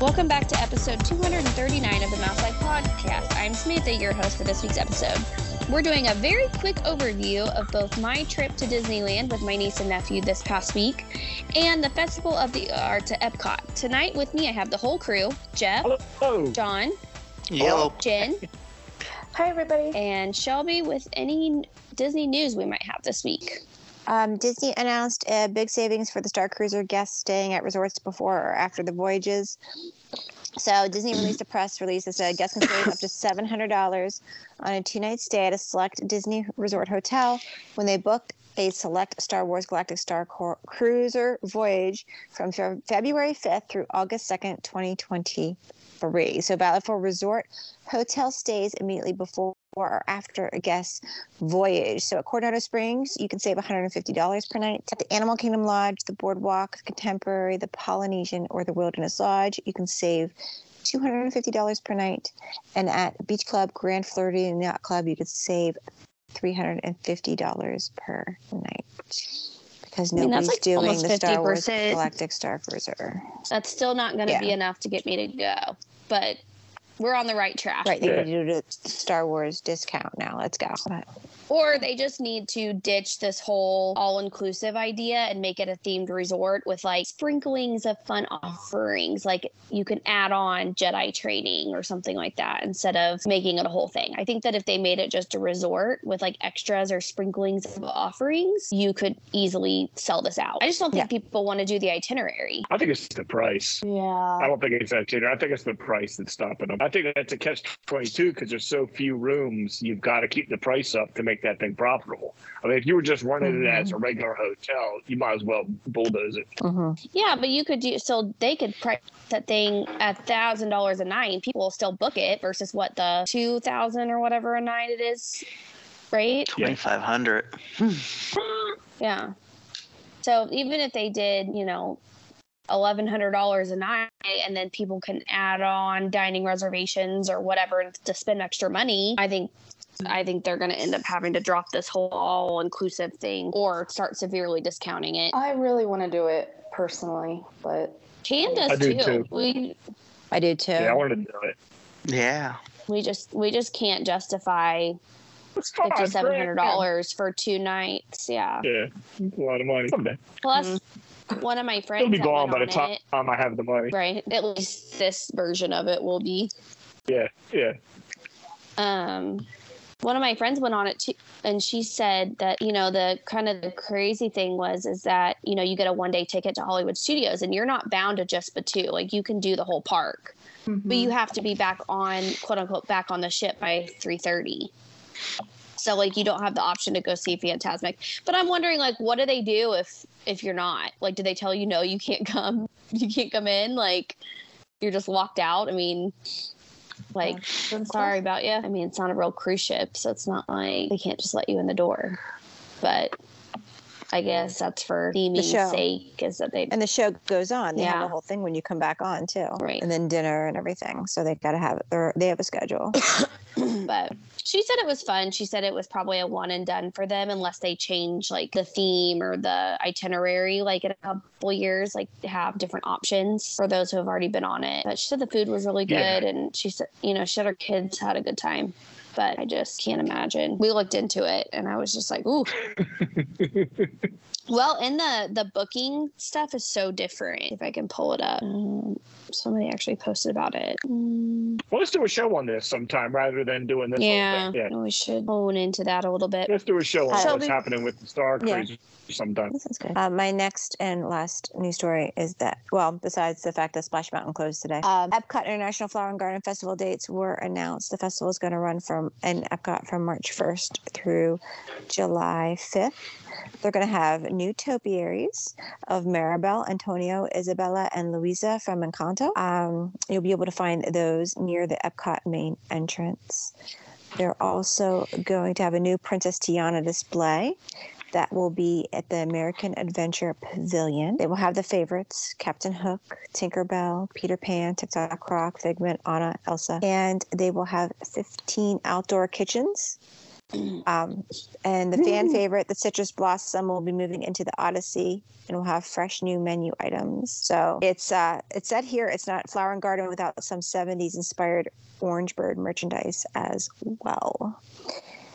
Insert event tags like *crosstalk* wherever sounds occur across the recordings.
Welcome back to episode 239 of the Mouse Life Podcast. I'm Samantha, your host for this week's episode. We're doing a very quick overview of both my trip to Disneyland with my niece and nephew this past week and the Festival of the Arts at Epcot. Tonight with me, I have the whole crew Jeff, Oh, John, Oh, Yellow. Jen, Hi, everybody. and Shelby with any Disney news we might have this week. Um, Disney announced uh, big savings for the Star Cruiser guests staying at resorts before or after the voyages. So Disney released a press release that said guests can save up to seven hundred dollars on a two-night stay at a select Disney resort hotel when they book a select Star Wars Galactic Star Cor- Cruiser voyage from Fe- February fifth through August second, twenty twenty-three. So valid for resort hotel stays immediately before or after a guest voyage. So at Coronado Springs, you can save $150 per night. At the Animal Kingdom Lodge, the Boardwalk, Contemporary, the Polynesian, or the Wilderness Lodge, you can save $250 per night. And at Beach Club, Grand Floridian Yacht Club, you could save $350 per night. Because I mean, that's nobody's like doing almost the Star Wars 50%. Galactic Star Cruiser. That's still not going to Yeah. be enough to get me to go, but we're on the right track. Right, they need to do the Star Wars discount now. Let's go. Or they just need to ditch this whole all inclusive idea and make it a themed resort with like sprinklings of fun offerings. Like you can add on Jedi training or something like that instead of making it a whole thing. I think that if they made it just a resort with like extras or sprinklings of offerings, you could easily sell this out. I just don't think people want to do the itinerary. I think it's the price. I Yeah. don't think it's that dinner. I think it's the price that's stopping them. I think that's a catch 22 because there's so few rooms. You've got to keep the price up to make that thing profitable. I mean, if you were just running it as Mm-hmm. a regular hotel, you might as well bulldoze it. hmm Yeah, but you could do so they could price that thing at thousand dollars a night and people will still book it versus what the two thousand or whatever a night it is, right? 2500 Yeah. So even if they did, you know, eleven hundred dollars a night and then people can add on dining reservations or whatever to spend extra money, I think I think they're gonna end up having to drop this whole all inclusive thing or start severely discounting it. I really want to do it personally, but Candace I do too. We I do too. Yeah, I wanted to do it. Yeah. we just we just can't justify It's five fifty seven hundred grand. dollars for two nights. Yeah. Yeah, a lot of money. Someday. Plus, one of my friends Mm-hmm. It'll be that gone went by the on time it- I have the money. right? At least this version of it will be. Yeah, yeah. um one of my friends went on it too and she said that you know the kind of the crazy thing was is that you know you get a one day ticket to hollywood studios and you're not bound to just batu like you can do the whole park but you have to be back on quote unquote back on the ship by 3.30 so like you don't have the option to go see phantasmic but i'm wondering like what do they do if if you're not like do they tell you no you can't come *laughs* you can't come in like you're just locked out i mean like sorry about you i mean it's not a real cruise ship so it's not like they can't just let you in the door but i guess that's for theming's show. sake is that they And the show goes on. They have Yeah. the whole thing when you come back on too. Right. And then dinner and everything. So they gotta have their they have a schedule. but she said it was fun. She said it was probably a one and done for them unless they change like the theme or the itinerary like in a couple years, like they have different options for those who have already been on it. But she said the food was really good Yeah. and she said you know, she said her kids had a good time. But I just can't imagine. We looked into it and I was just like, *laughs* ooh. well, and the the booking stuff is so different. If I can pull it up. Um, somebody actually posted about it. Mm. Well, let's do a show on this sometime rather than doing this. whole Yeah, thing. yeah. we should hone into that a little bit. Let's do a show on Shall what's we- happening with the Star Yeah. Cruiser sometime. This is good. Uh, my next and last news story is that well, besides the fact that Splash Mountain closed today, um, Epcot International Flower and Garden Festival dates were announced. The festival is going to run from in Epcot from March 1st through July 5th. They're going to have new topiaries of Maribel, Antonio, Isabella, and Luisa from Encanto. Um, you'll be able to find those near the Epcot main entrance. They're also going to have a new Princess Tiana display that will be at the American Adventure Pavilion. They will have the favorites Captain Hook, Tinkerbell, Peter Pan, TikTok Rock, Figment, Anna, Elsa, and they will have 15 outdoor kitchens Um, and the fan favorite, the Citrus Blossom, will be moving into the Odyssey, and we'll have fresh new menu items. So it's uh, it's said here it's not Flower and Garden without some '70s inspired Orange Bird merchandise as well.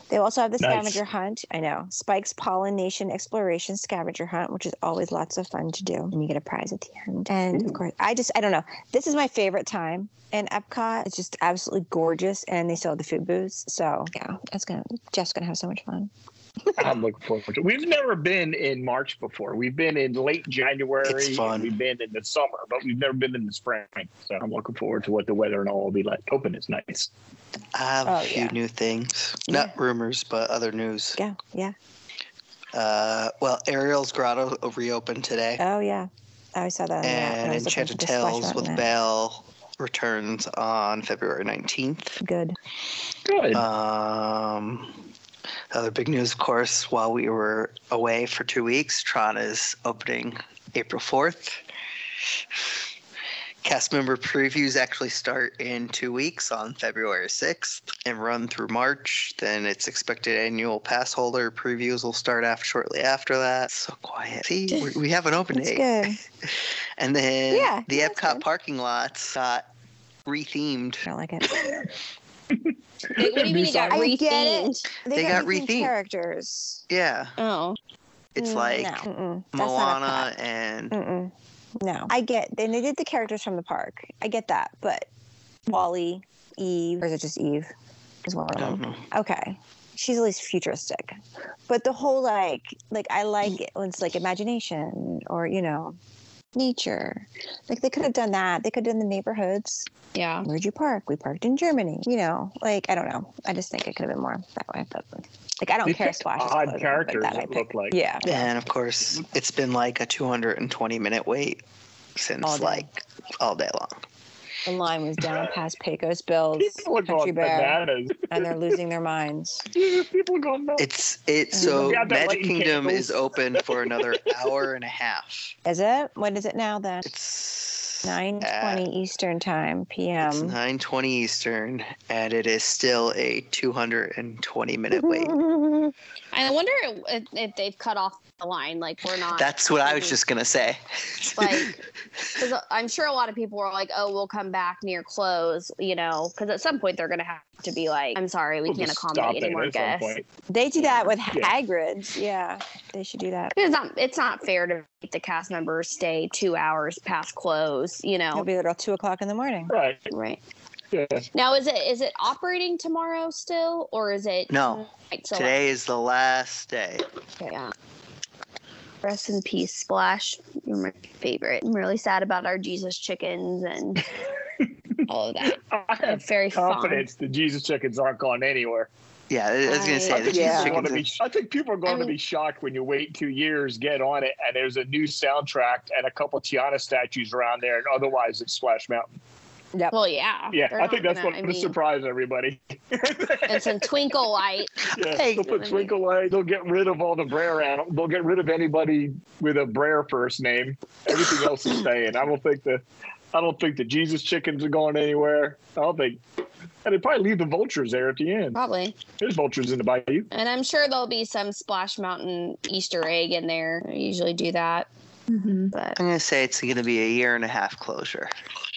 They also have the Nice. scavenger hunt. I know Spike's Pollination Exploration Scavenger Hunt, which is always lots of fun to do, and you get a prize at the end. And of course, I just I don't know. This is my favorite time in Epcot. It's just absolutely gorgeous, and they still have the food booths. So yeah, that's gonna Jeff's gonna have so much fun. I'm looking forward to it. We've never been in March before. We've been in late January. It's fun. and We've been in the summer, but we've never been in the spring. So I'm looking forward to what the weather and all will be like. Hoping it's nice. I have Oh, a few yeah. new things. Not rumors, but other news. Yeah, yeah. Uh, well, Ariel's Grotto reopened today, Oh yeah, I always saw that. On the app, and I was looking Enchanted for the splash Tales mountain with app. Belle returns on February 19th. Good. Good. Uh, Um, other big news, of course, while we were away for two weeks, Tron is opening April 4th. Cast member previews actually start in two weeks on February 6th and run through March. Then it's expected annual pass holder previews will start after shortly after that. So quiet. See, we- we have an open That's date. *laughs* good. And then Yeah, the yeah, that's Epcot good. parking lots got rethemed. I like it. They- what do you mean you got I get it. rethemed? They got rethemed. characters. Yeah, Oh, it's Mm, like no. Mm-mm, that's not Moana Epcot. and Mm-mm. No, I get. And they did the characters from the park. I get that, but Wally, Eve, or is it just Eve? Is one I of don't them. know. Okay, she's at least futuristic. But the whole like, like I like it when it's like imagination or you know, nature. Like they could have done that. They could have done the neighborhoods. yeah. Where'd you park? We parked in Germany. You know, like I don't know. I just think it could have been more that way. But like I don't They care. picked Splash. Odd is closing, but characters that I it picked. looked like. Yeah. And of course, it's been like a 220 minute wait since All day. like all day long. *laughs* The line *laughs* was down past Pecos Bills, People are Country going Bear, bananas. *laughs* and they're losing their minds. People are going nuts. It's it so Yeah, they're Magic lighting Kingdom candles. is open for another hour and a half. Is it? What is it now then? It's Nine at- twenty Eastern Time It's PM. 9:20 Eastern, and it is still a 220 minute wait. I wonder if, if they've cut off the line. Like we're not. That's what I was Mhm. just gonna say. *laughs* *laughs* like because i'm sure a lot of people were like oh we'll come back near close you know because at some point they're gonna have to be like i'm sorry we We'll can't just stop accommodate it any more at some guests point. *laughs* They do that with Yeah. Hagrid's. Yeah, they should do that. it's not it's not fair to make the cast members stay two hours past close you They'll know be there till two o'clock in the morning. Right. right Yeah. now is it is it operating tomorrow still or is it No. like, so Today is the last day. yeah rest in peace splash you're my favorite i'm really sad about our jesus chickens and all of that I I'm have very fond. confidence the Jesus chickens aren't going anywhere. Yeah, I was gonna I- say I think, the Yeah. people are chickens. gonna be, I think people are going mean- to be shocked when you wait two years, get on it, and there's a new soundtrack and a couple Tiana statues around there, and otherwise it's Splash Mountain. Yep. well yeah Yeah, they're I think not that's gonna- going I to mean- surprise *laughs* everybody. and some twinkle *laughs* light. Yeah, Hey. they'll put Twinkle Light. They'll get rid of all the Brer animals. They'll get rid of anybody with a Brer first name. Everything else is staying. I don't think the, I don't think the Jesus chickens are going anywhere. I don't think, and they probably leave the vultures there at the end. Probably. There's vultures in the bayou. And I'm sure there'll be some Splash Mountain Easter egg in there. I usually do that. Mm-hmm. But I'm gonna say it's gonna be a year and a half closure.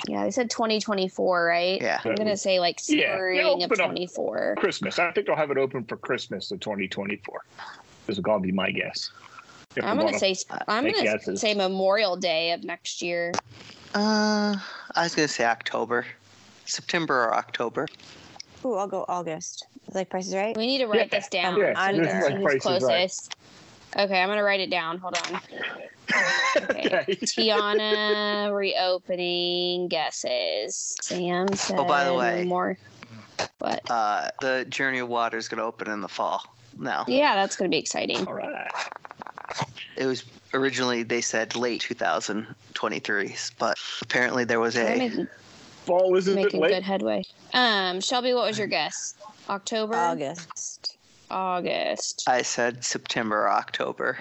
yeah, they said 2024, right? Yeah. I'm going to say like Yeah, yeah, spring of open up. 24. Christmas. I think they'll have it open for Christmas of 2024. This is going to be my guess. If I'm we going to wanna- say sp- I'm Take going to guesses. say Memorial Day of next year. Uh, I was gonna say October, September or October. Ooh, I'll go August. Like Price is Right. We need to write Yeah. this down. Yeah, I need this to is see like who's Price is Right. closest. Okay, I'm going to write it down. Hold on. *laughs* Okay. Okay. Tiana *laughs* reopening guesses. Sam said. Oh, by the way. More. What? Uh, the Journey of Water is gonna open in the fall. Now, Yeah, that's going to be exciting. All right. it was originally they said late 2023, but apparently there was We're a making, Fall isn't it making late? good headway. Um, Shelby, what was your guess? October, August. August. I said September or October.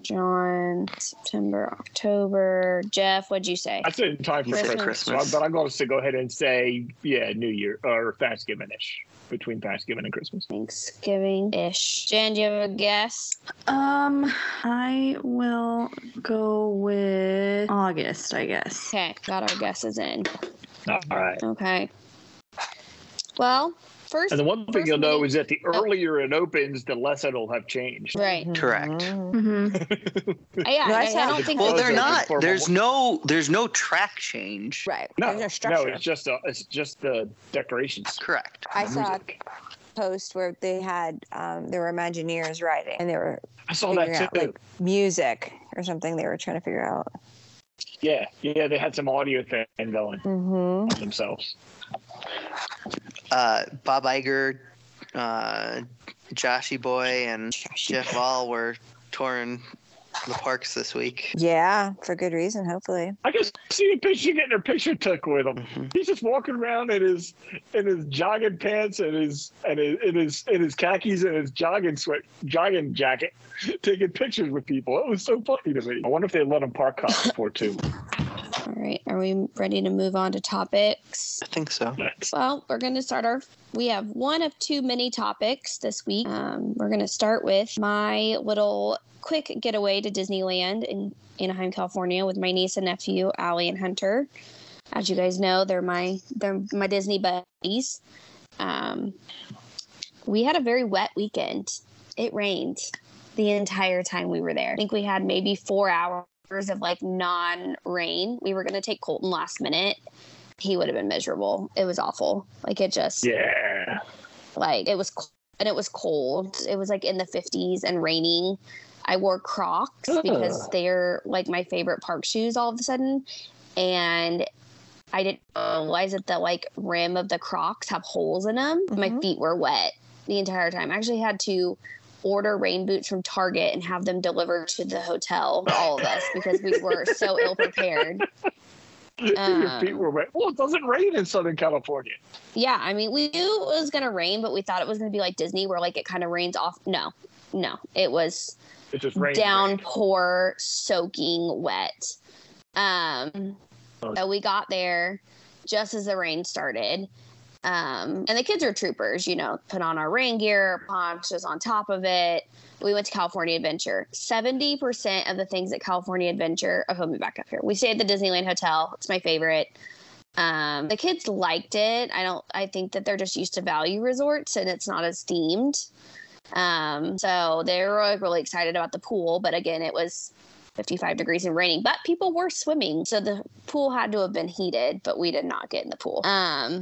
John, September, October. Jeff, what'd you say? I said time for You said Christmas, Christmas. So I- but I'm going to go ahead and say, yeah, New Year or Thanksgiving ish between Thanksgiving and Christmas. Thanksgiving ish. Jan, do you have a guess? Um, I will go with August, I guess. Okay, got our guesses in. All right. Okay. Well, first, And the one thing First you'll know meeting- is that the Oh. earlier it opens, the less it'll have changed. *laughs* *laughs* right? Correct. hmm Yeah, I, No, that's I how- don't think Well, Those they're are not. informal- There's no. There's no track change. Right. No, There's no no, structure. it's just a, it's just the decorations. Correct. I saw a post where they had um, there were Imagineers writing and they were I saw figuring Oh, that out too. like music or something. They were trying to figure out. yeah, yeah, they had some audio thing going Mm-hmm. on themselves. Uh, Bob Iger, uh, Joshy Boy, and Jeff Vall were touring the parks this week. Yeah, for good reason. Hopefully, I just see a picture getting her picture took with him. Mhm. He's just walking around in his in his jogging pants and his and his in his in his khakis and his jogging sweat jogging jacket, *laughs* taking pictures with people. It was so funny to me. I wonder if they let him park hop before *laughs* too. All right, are we ready to move on to topics? I think so. Well, we're going to start our. We have one of two mini topics this week. Um, we're going to start with my little quick getaway to Disneyland in Anaheim, California, with my niece and nephew, Allie and Hunter. As you guys know, they're my they're my Disney buddies. Um, we had a very wet weekend. It rained the entire time we were there. I think we had maybe four hours of like non-rain. We were going to take Colton last minute he would have been miserable. It was awful. Like it just Yeah. *laughs* like it was c- and it was cold. It was like in the 50s and raining. I wore Crocs because Ugh. they're like my favorite park shoes all of a sudden and I didn't realize that the like rim of the Crocs have holes in them. My Mhm. feet were wet the entire time. I actually had to order rain boots from Target and have them delivered to the hotel, all of us, because we were so ill prepared. Your feet Um, were wet. Well, it doesn't rain in Southern California. Yeah, I mean, we knew it was gonna rain, but we thought it was gonna be like Disney, where like it kind of rains off. No, no, it was It just rains. downpour, soaking wet. Um, Oh. so we got there just as the rain started, um, and the kids are troopers. You know, put on our rain gear, ponchos on top of it. We went to California Adventure. Seventy percent of the things at California Adventure. Oh, let me back up here. We stayed at the Disneyland Hotel. It's my favorite. Um, the kids liked it. I don't. I think that they're just used to value resorts, and it's not as themed. Um, so they were like, really excited about the pool, but again, it was 55 degrees and raining, but people were swimming. So the pool had to have been heated, but we did not get in the pool. Um,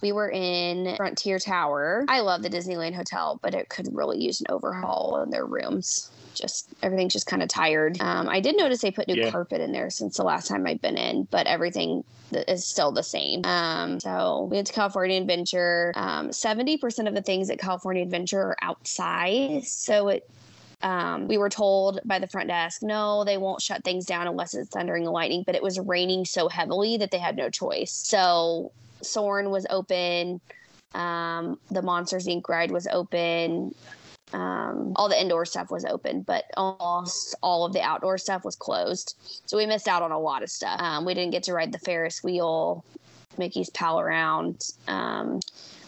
we were in Frontier Tower. I love the Disneyland Hotel, but it could really use an overhaul in their rooms. Just everything's just kind of tired. Um, I did notice they put new Yeah. carpet in there since the last time I've been in, but everything th- is still the same. Um, so we went to California Adventure. Um, 70% of the things at California Adventure are outside. So it um, we were told by the front desk, no, they won't shut things down unless it's thundering and lightning. But it was raining so heavily that they had no choice. So Soren was open. Um, the Monsters Inc. ride was open. Um, all the indoor stuff was open, but almost all of the outdoor stuff was closed. So we missed out on a lot of stuff. Um, we didn't get to ride the Ferris wheel, Mickey's Pal Around. Um,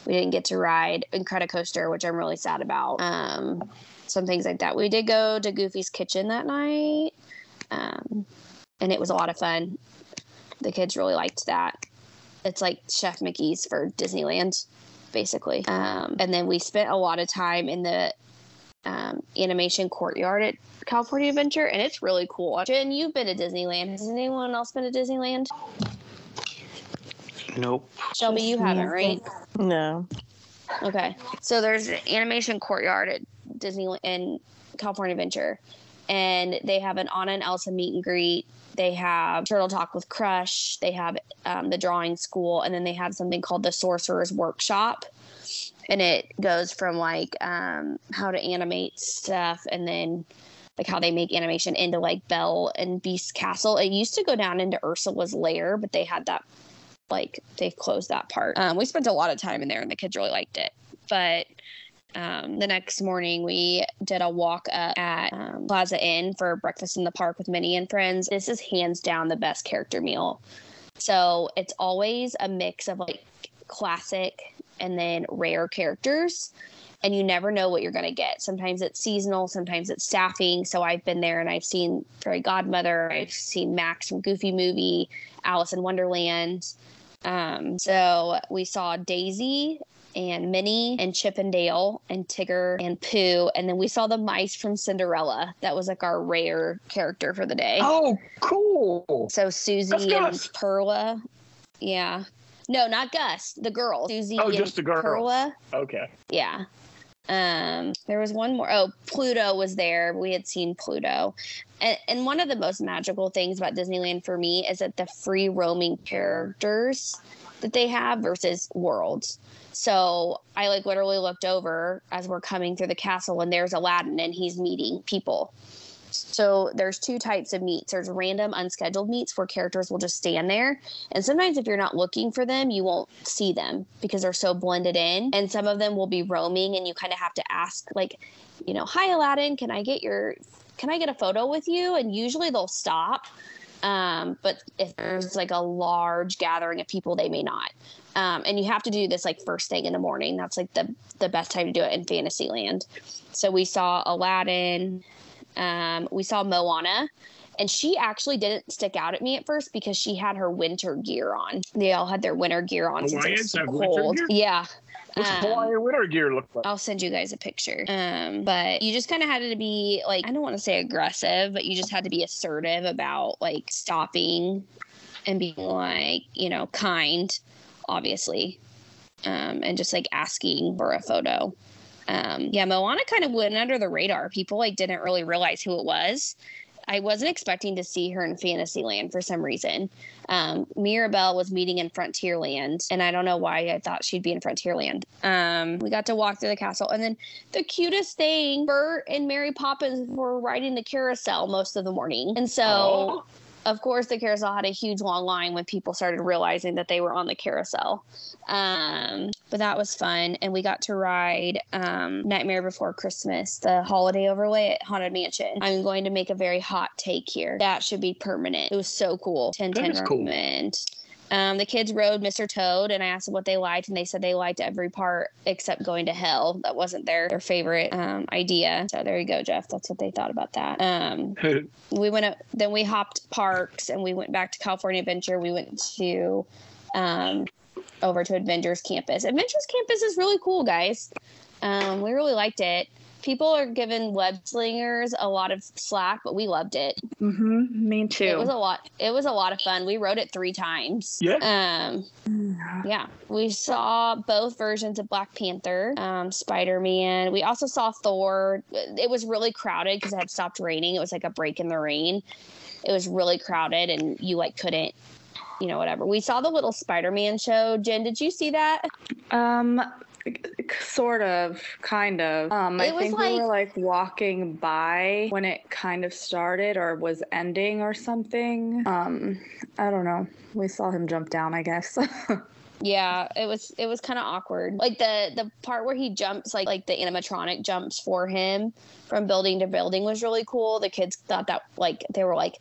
we didn't get to ride Incredicoaster, which I'm really sad about. Um, some things like that. We did go to Goofy's Kitchen that night, um, and it was a lot of fun. The kids really liked that. It's like Chef Mickey's for Disneyland, basically. Um, and then we spent a lot of time in the um, animation courtyard at California Adventure, and it's really cool. Jen, you've been to Disneyland. Has anyone else been to Disneyland? Nope. Shelby, you haven't, right? no. Okay. So there's an animation courtyard at Disneyland in California Adventure, and they have an Anna and Elsa meet and greet. They have Turtle Talk with Crush. They have um, the drawing school, and then they have something called the Sorcerer's Workshop, and it goes from like um, how to animate stuff, and then like how they make animation into like Belle and Beast Castle. It used to go down into Ursula's lair, but they had that like they've closed that part. Um, we spent a lot of time in there, and the kids really liked it. But um, the next morning, we did a walk up at um, Plaza Inn for breakfast in the park with Minnie and friends. This is hands down the best character meal. So it's always a mix of like classic and then rare characters. And you never know what you're going to get. Sometimes it's seasonal, sometimes it's staffing. So I've been there and I've seen Fairy Godmother, I've seen Max from Goofy Movie, Alice in Wonderland. Um, so we saw Daisy and Minnie and Chip and Dale and Tigger and Pooh. And then we saw the mice from Cinderella. That was like our rare character for the day. Oh, cool. So Susie That's and Gus. Perla. Yeah. No, not Gus. The girl. Susie Oh, and just the girl. Perla. Okay. Yeah. Um, there was one more. Oh, Pluto was there. We had seen Pluto. And, and one of the most magical things about Disneyland for me is that the free roaming characters that they have versus worlds. So I like literally looked over as we're coming through the castle, and there's Aladdin, and he's meeting people. So there's two types of meets. There's random unscheduled meets where characters will just stand there, and sometimes if you're not looking for them, you won't see them because they're so blended in. And some of them will be roaming and you kind of have to ask like, you know, "Hi Aladdin, can I get your can I get a photo with you?" And usually they'll stop. Um, but if there's like a large gathering of people, they may not. Um, and you have to do this like first thing in the morning. That's like the the best time to do it in Fantasyland. So we saw Aladdin, um, we saw Moana, and she actually didn't stick out at me at first because she had her winter gear on. They all had their winter gear on since it was Hawaiians so have winter cold. gear? Yeah. What's Um, Hawaiian winter gear look like? I'll send you guys a picture. Um, but you just kind of had to be like, I don't want to say aggressive, but you just had to be assertive about like stopping and being like, you know, kind, obviously, um, and just like asking for a photo. Um, yeah, Moana kind of went under the radar. People like didn't really realize who it was. I wasn't expecting to see her in Fantasyland for some reason. Um, Mirabelle was meeting in Frontierland, and I don't know why I thought she'd be in Frontierland. Um, we got to walk through the castle, and then the cutest thing, Bert and Mary Poppins were riding the carousel most of the morning, and so *laughs* Oh. of course, the carousel had a huge long line when people started realizing that they were on the carousel. Um, but that was fun, and we got to ride um, Nightmare Before Christmas, the holiday overlay at Haunted Mansion. I'm going to make a very hot take here. That should be permanent. It was so cool. Ten That ten is cool. recommend. Um, the kids rode Mr. Toad, and I asked them what they liked, and they said they liked every part except going to hell. That wasn't their their favorite um, idea. So there you go, Jeff. That's what they thought about that. Um, we went up then we hopped parks and we went back to california adventure we went to um over to adventures campus adventures campus is really cool guys um we really liked it people are giving web slingers a lot of slack but we loved it Mm-hmm. Me too. it was a lot it was a lot of fun we rode it three times yeah um yeah, we saw both versions of Black Panther, um, Spider Man. We also saw Thor. It was really crowded because it had stopped raining. It was like a break in the rain. It was really crowded, and you like couldn't, you know, whatever. We saw the little Spider Man show. Jen, did you see that? Um, k- sort of, kind of. Um, I It was think we were like- like walking by when it kind of started or was ending or something. Um, I don't know. We saw him jump down, I guess. *laughs* Yeah, it was it was kind of awkward. Like the the part where he jumps, like like the animatronic jumps for him from building to building was really cool. The kids thought that like they were like,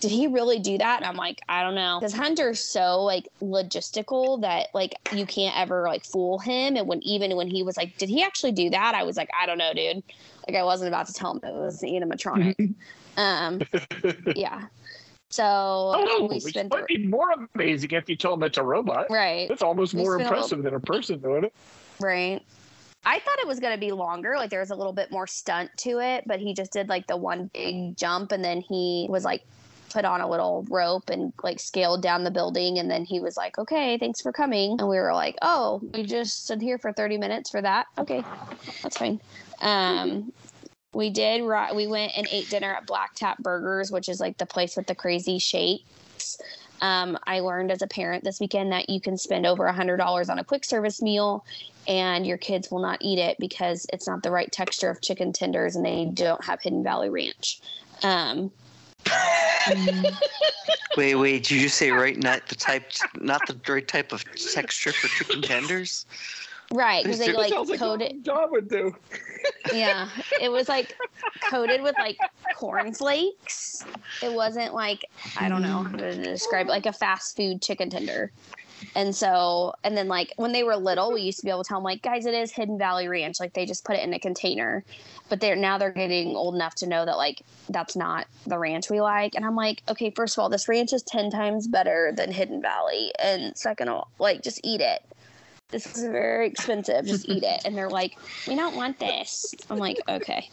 did he really do that? And I'm like, I don't know, because Hunter's so like logistical that like you can't ever like fool him. And when even when he was like, did he actually do that? I was like, I don't know, dude. Like I wasn't about to tell him it was the *laughs* animatronic. um, yeah. So I don't know. we Oh, Which spent might be more amazing if you tell them it's a robot. right. That's almost We more spent a little- impressive than a person doing it. Right. I thought it was going to be longer. Like there was a little bit more stunt to it, but he just did like the one big jump and then he was like put on a little rope and like scaled down the building. And then he was like, okay, thanks for coming. And we were like, oh, we just stood here for 30 minutes for that. Okay, that's fine. Um, we did, ri- we went and ate dinner at Black Tap Burgers, which is like the place with the crazy shakes. Um, I learned as a parent this weekend that you can spend over $100 on a quick service meal and your kids will not eat it because it's not the right texture of chicken tenders and they don't have Hidden Valley Ranch. Um, Wait, wait, did you just say right not the type not the right type of texture for chicken tenders? Right, because they It like sounds like *laughs* coated. what John would do. yeah, it was like coated with like cornflakes. It wasn't like I don't know how to describe it, like a fast food chicken tender. And so, and then like when they were little, we used to be able to tell them like, guys, it is Hidden Valley Ranch. Like they just put it in a container, but they're now they're getting old enough to know that like that's not the ranch we like. And I'm like, okay, first of all, this ranch is ten times better than Hidden Valley, and second of all, like just eat it. This is very expensive. Just eat it. And they're like, we don't want this. I'm like, okay.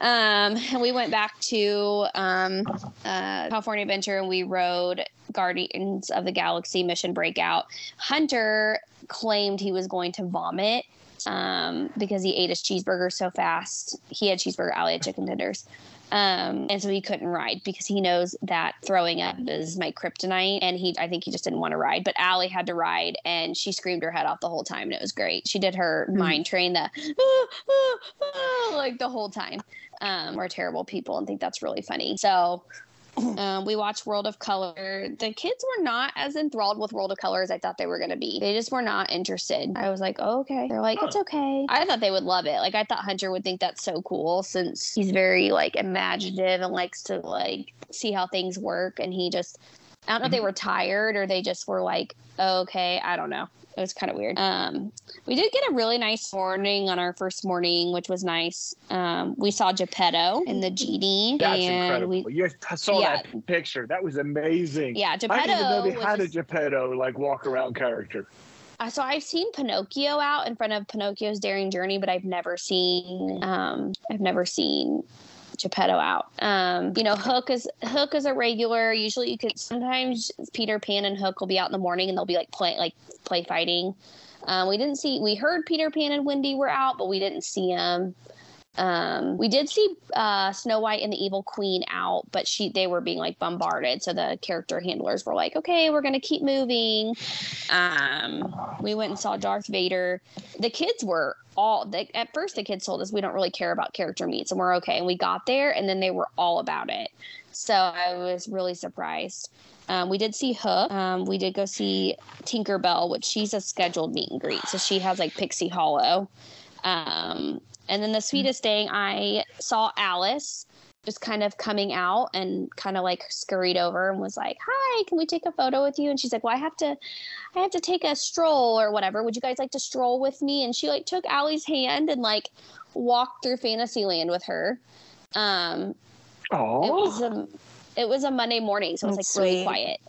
Um, and we went back to um, uh, California Adventure and we rode Guardians of the Galaxy Mission Breakout. Hunter claimed he was going to vomit um, because he ate his cheeseburger so fast. He had cheeseburger alley at chicken tenders. Um, and so he couldn't ride because he knows that throwing up is my kryptonite. And he, I think he just didn't want to ride. But Allie had to ride and she screamed her head off the whole time. And it was great. She did her mind train the "Ah, ah, ah," like the whole time. Um, we're terrible people and think that's really funny. So *clears throat* um, we watched World of Color. The kids were not as enthralled with World of Color as I thought they were going to be. They just were not interested. I was like, oh, okay. They're like, it's okay. I thought they would love it. Like, I thought Hunter would think that's so cool since he's very like imaginative and likes to like see how things work. And he just, I don't know if Mm-hmm. they were tired or they just were like, oh, okay, I don't know. It was kind of weird. Um, we did get a really nice morning on our first morning, which was nice. Um, we saw Geppetto and the genie, That's and incredible. we You I saw that picture. That was amazing. yeah, I Geppetto. didn't even know they was had a just- Geppetto like walk around character. uh, so I've seen Pinocchio out in front of Pinocchio's Daring Journey, but I've never seen um, I've never seen Geppetto out. Um, you know, Hook is Hook is a regular. Usually, you could sometimes Peter Pan and Hook will be out in the morning and they'll be like play like play fighting. Um, we didn't see. We heard Peter Pan and Wendy were out, but we didn't see them. Um, we did see uh, Snow White and the Evil Queen out, but she they were being like bombarded. So the character handlers were like, "Okay, we're gonna keep moving." Um, we went and saw Darth Vader. The kids were all they, at first. The kids told us we don't really care about character meets, and we're okay. And we got there, and then they were all about it. So I was really surprised. Um, we did see Hook. Um, we did go see Tinkerbell, which she's a scheduled meet and greet. So she has like Pixie Hollow. Um, and then the sweetest thing, I saw Alice just kind of coming out and kind of like scurried over and was like, Hi, can we take a photo with you? And she's like, Well, I have to I have to take a stroll or whatever. Would you guys like to stroll with me? And she like took Allie's hand and like walked through Fantasyland with her. Um, it was a Oh, it was a Monday morning, so it was like That's really sweet. quiet.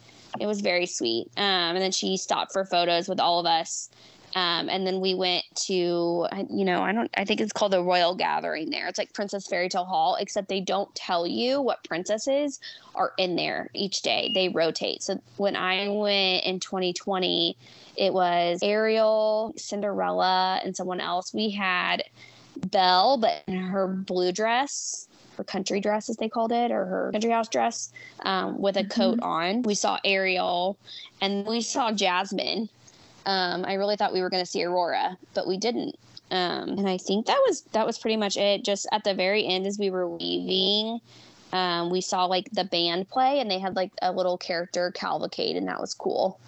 It was very sweet. Um, and then she stopped for photos with all of us. Um, and then we went to, I- you know, I don't, I think it's called the Royal Gathering there. It's like Princess Fairy Tale Hall, except they don't tell you what princesses are in there each day. They rotate. So when I went in 2020, it was Ariel, Cinderella, and someone else. We had Belle, but in her blue dress, her country dress as they called it, or her country house dress, um, with a coat on. We saw Ariel, and we saw Jasmine. Um, I really thought we were going to see Aurora, but we didn't. Um, and I think that was that was pretty much it. Just at the very end, as we were leaving, um, we saw like the band play, and they had like a little character cavalcade, and that was cool.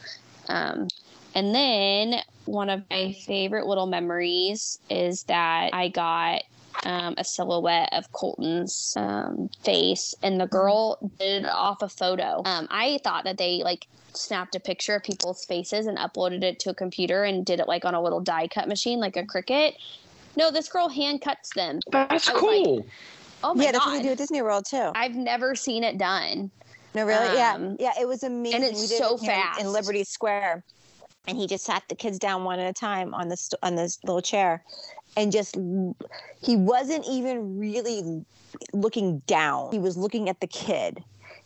Um, and then one of my favorite little memories is that I got um, a silhouette of Colton's um, face, and the girl did it off a photo. Um, I thought that they like snapped a picture of people's faces and uploaded it to a computer and did it like on a little die cut machine, like a Cricut. No, this girl hand cuts them. that's I was like, cool. Oh my yeah, that's god! what they do at Disney World too. I've never seen it done. No, really? Um, yeah. Yeah, it was amazing. it's we did so it here in- fast. in Liberty Square. And he just sat the kids down one at a time on this on this little chair and just l- he wasn't even really looking down. He was looking at the kid.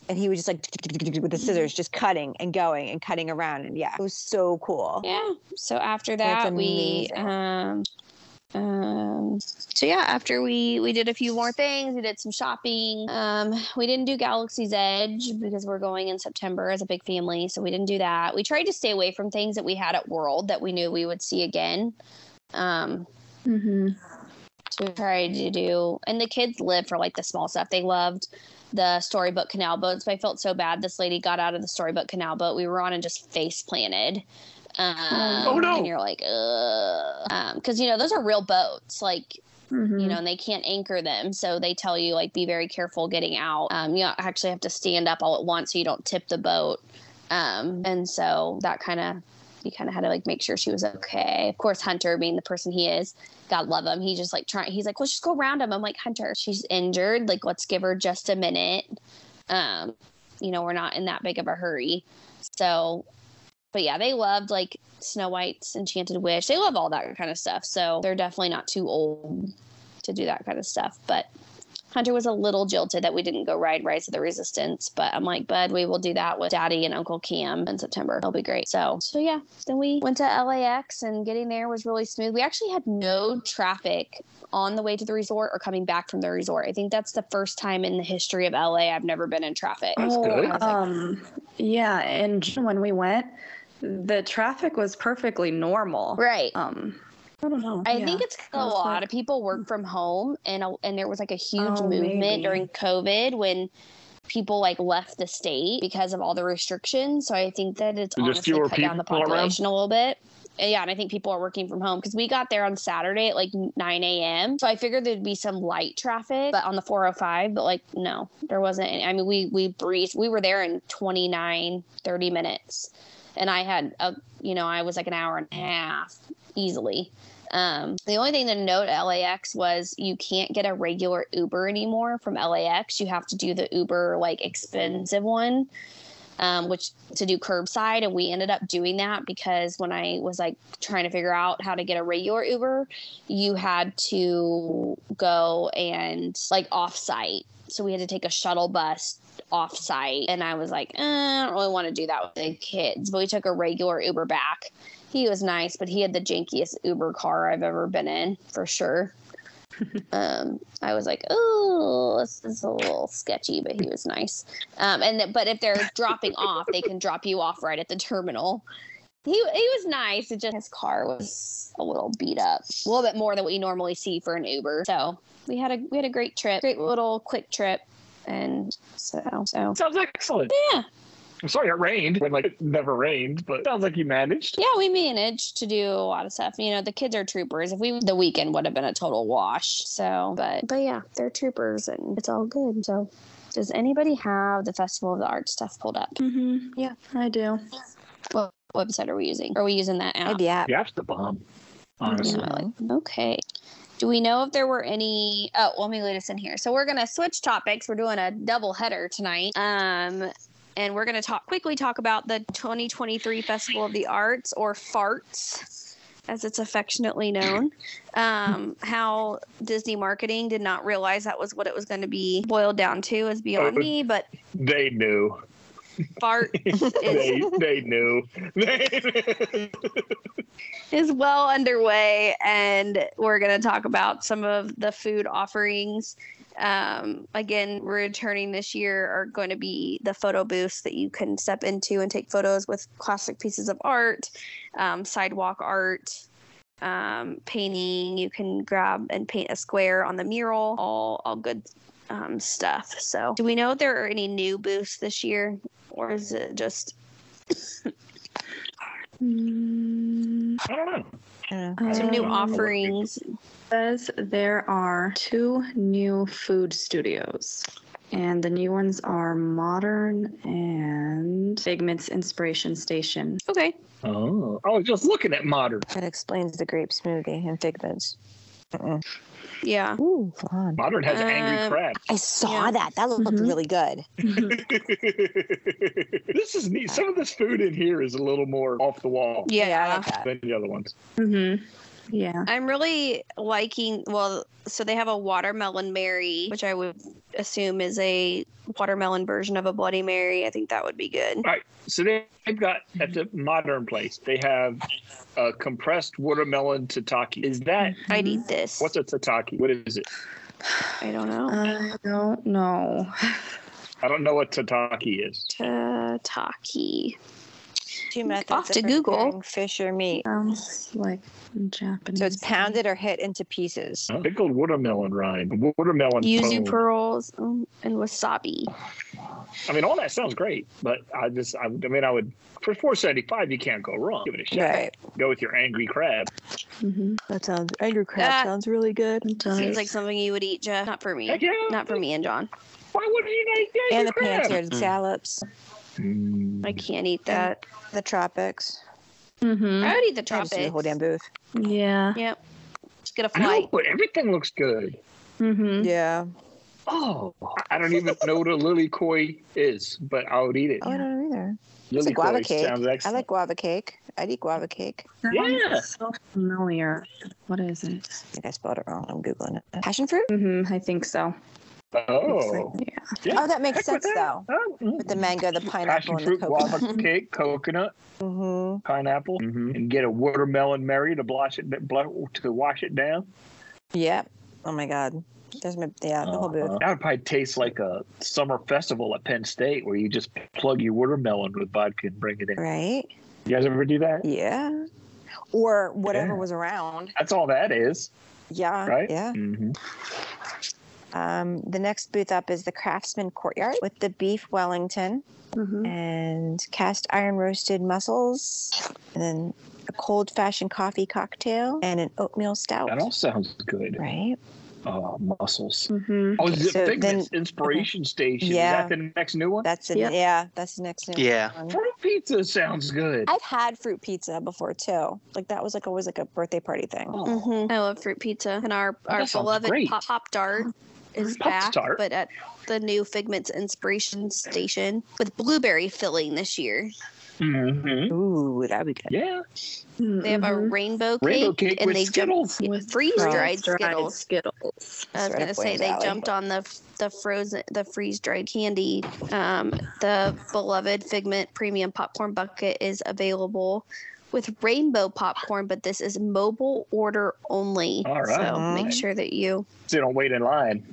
And he was just like with the scissors, just cutting and going and cutting around. And yeah, it was so cool. yeah so after That's that we amazing. um um so yeah after we we did a few more things we did some shopping um we didn't do galaxy's edge because we're going in september as a big family so we didn't do that we tried to stay away from things that we had at world that we knew we would see again um Mm-hmm. to try to do and the kids live for like the small stuff they loved the storybook canal boats but i felt so bad this lady got out of the storybook canal boat we were on and just face planted Um, Oh, no. And you're like, ugh. Because, you know, those are real boats. Like, you know, and they can't anchor them. So they tell you, like, be very careful getting out. Um, you actually have to stand up all at once so you don't tip the boat. Um, and so that kind of, you kind of had to like make sure she was okay. Of course, Hunter, being the person he is, God love him. He just like trying, he's like, let's just go around him. I'm like, Hunter, she's injured. Like, let's give her just a minute. Um, you know, we're not in that big of a hurry. So, but yeah, they loved like Snow White's Enchanted Wish. They love all that kind of stuff. So they're definitely not too old to do that kind of stuff. But Hunter was a little jilted that we didn't go ride Rise of the Resistance. But I'm like, bud, we will do that with Daddy and Uncle Cam in September. It'll be great. So, so yeah, then we went to LAX and getting there was really smooth. We actually had no traffic on the way to the resort or coming back from the resort. I think that's the first time in the history of LA I've never been in Oh, traffic. That's good. Um, yeah, and June, when we went, the traffic was perfectly normal. Uh, Right. Um, I don't know. I think it's 'cause a Sounds lot like- hmm. of people work from home, and a, and there was like a huge Oh, movement maybe. during COVID when people like left the state because of all the restrictions. So I think that it's There's honestly fewer cut down the people around? population a little bit. And yeah, and I think people are working from home because we got there on Saturday at like 9 a.m. So I figured there'd be some light traffic, but on the 405, but like no, there wasn't. Any. I mean, we we breezed. We were there in 29, 30 minutes, and I had a you know I was like an hour and a half easily. Um, the only thing to note at LAX was you can't get a regular Uber anymore from LAX. You have to do the Uber like expensive one, um, which to do curbside. And we ended up doing that because when I was like trying to figure out how to get a regular Uber, you had to go and like offsite. So we had to take a shuttle bus offsite. And I was like, eh, I don't really want to do that with the kids. But we took a regular Uber back he was nice, but he had the jankiest Uber car I've ever been in for sure. um, I was like, oh, this is a little sketchy, but he was nice. Um, and th- but if they're dropping off, they can drop you off right at the terminal. He he was nice. It just his car was a little beat up, a little bit more than what you normally see for an Uber. So we had a we had a great trip, great little quick trip, and so so Sounds excellent. yeah. I'm sorry it rained when like it never rained, but sounds like you managed. Yeah, we managed to do a lot of stuff. You know, the kids are troopers. If we the weekend would have been a total wash. So, but but yeah, they're troopers and it's all good. So, does anybody have the Festival of the Arts stuff pulled up? Mhm, Yeah, I do. What website are we using? Are we using that app? Maybe app. The app's the bomb. Honestly. Yeah, I like- okay. Do we know if there were any? Oh, let me lead us in here. So we're gonna switch topics. We're doing a double header tonight. Um, and we're gonna talk quickly talk about the 2023 Festival of the Arts or FARTS, as it's affectionately known. Um, how Disney marketing did not realize that was what it was going to be boiled down to is beyond me. But They knew. fart *laughs* they is they knew. *laughs* is well underway, and we're going to talk about some of the food offerings. Um, again, returning this year are going to be the photo booths that you can step into and take photos with classic pieces of art, um, sidewalk art, um, painting. You can grab and paint a square on the mural. All all good um, stuff. So, do we know if there are any new booths this year, or is it just Mm, I don't know. some new um, offerings? Says there are two new food studios, and the new ones are Modern and Figment's Inspiration Station. Okay. Oh, I was just looking at modern. That explains the grape smoothie and figments. Uh-uh. Yeah. Ooh, fun. Modern has angry Um, crab. I saw Yeah. Mm-hmm. that. That looked Mhm. really good. *laughs* this is neat. Some of this food in here is a little more off the wall I Yeah. like that. than the other ones. Mm-hmm. Yeah. I'm really liking, well, so they have a watermelon Mary, which I would assume is a watermelon version of a Bloody Mary. I think that would be good. So they- they've got at the modern place, they have a compressed watermelon tataki. Is that I'd eat this. Mm-hmm. what's a tataki? What is it? I don't know. I don't know. I don't know what tataki is. Uh, Tataki. Two methods Off of to Google. preparing Fish or meat. Sounds like Japanese. So it's pounded or hit into pieces. Pickled watermelon rind. Watermelon Yuzu foam. pearls mm, and wasabi. I mean, all that sounds great, but I just, I, I mean, I would for four seventy five, you can't go wrong. Give it a shot. Right. Go with your angry crab. Mm-hmm. That sounds angry crab Ah. sounds really good. It does. Seems like something you would eat, Jeff. Not for Heck me. yeah. Not for me and John. Why wouldn't you like the and angry the crab? Mm. pan-seared Mm. scallops, I can't eat that. the tropics. Mm-hmm. I would eat the mm, I just tropics. eat the whole damn booth. Yeah. Yep. Just get a I know, flight. but everything looks good. Hmm? Mm-hmm. Yeah. Oh, I- I don't even know what a lily koi is, but I would eat it. Oh, I don't know either. It's a lily guava koi cake. sounds I excellent. like guava cake. I'd eat guava cake. That Yeah. one's so familiar. What is it? I think I spelled it wrong. I'm googling it. Passion fruit. Mm-hmm. I think so. Looks like- oh, yeah. yeah. Oh, that makes Heck with that. sense though. Oh, mm. With the mango, the pineapple, passion and the fruit, coconut. *laughs* guava cake, coconut, Mm-hmm. pineapple, and get a watermelon Mary to blush it bl- to wash it down. Yep. Oh my God. There's my yeah. The whole booth. That would probably taste like a summer festival at Penn State where you just plug your watermelon with vodka and bring it in. Right. You guys ever do that? Yeah. Or whatever Yeah. was around. That's all that is, Yeah. right? Yeah. Mm-hmm. Um, the next booth up is the Craftsman Courtyard with the beef Wellington Mm-hmm. and cast iron roasted mussels, and then a cold fashioned coffee cocktail and an oatmeal stout. That all sounds good. Right. Oh, mussels. Mm-hmm. Oh, is it So Figment's Inspiration Station? Yeah. Is that the next new one? That's the Yep. yeah. That's the next new Yeah. one. Fruit pizza sounds good. I've had fruit pizza before too. Like that was like always like a birthday party thing. Oh, hmm I love fruit pizza, and our our That sounds beloved great. pop, pop dart is Pop back, Tart. but at the new Figment's Inspiration Station with blueberry filling this year. hmm Ooh, that'd be good. Yeah. They have a rainbow cake, Rainbow cake and Mm-hmm. with they Skittles. jumped With freeze dried Skittles. Skittles. I was Right gonna up say Wayne's they alley. jumped on the the frozen the freeze dried candy. Um, the beloved Figment Premium Popcorn Bucket is available with rainbow popcorn, but this is mobile order only. All right. So make Mhm. sure that you. So you don't wait in line.